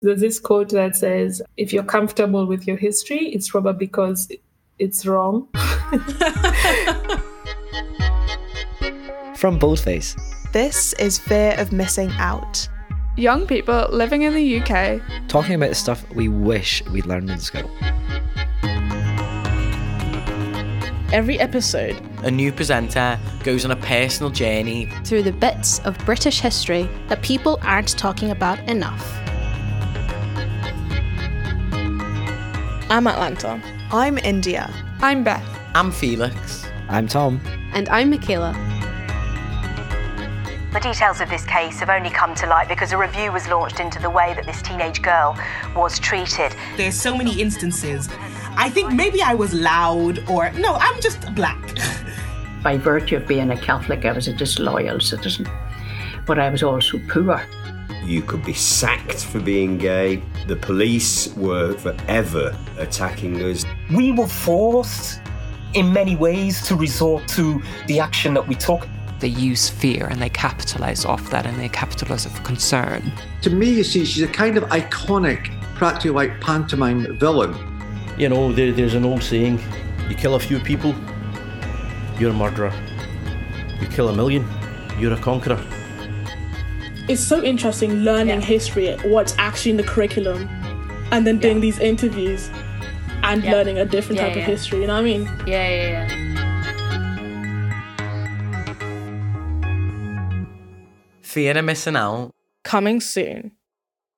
There's this quote that says, if you're comfortable with your history, it's probably because it's wrong. From Boldface, This is Fear of Missing Out. Young people living in the UK. talking about the stuff we wish we'd learned in school. Every episode, a new presenter goes on a personal journey. through the bits of British history that people aren't talking about enough. I'm Atlanta. I'm India. I'm Beth. I'm Felix. I'm Tom. And I'm Michaela. The details of this case have only come to light because a review was launched into the way that this teenage girl was treated. There's so many instances. I think maybe I was loud or no, I'm just black. By virtue of being a Catholic, I was a disloyal citizen, but I was also poor. You could be sacked for being gay. The police were forever attacking us. we were forced in many ways to resort to the action that we took. They use fear and they capitalize off that and they capitalize off concern. To me, you see, she's a kind of iconic, practically like pantomime villain. You know, there, there's an old saying you kill a few people, you're a murderer. You kill a million, you're a conqueror. It's so interesting learning history, what's actually in the curriculum, and then doing these interviews and learning a different type of history, you know what I mean? Fear of missing out. Coming soon.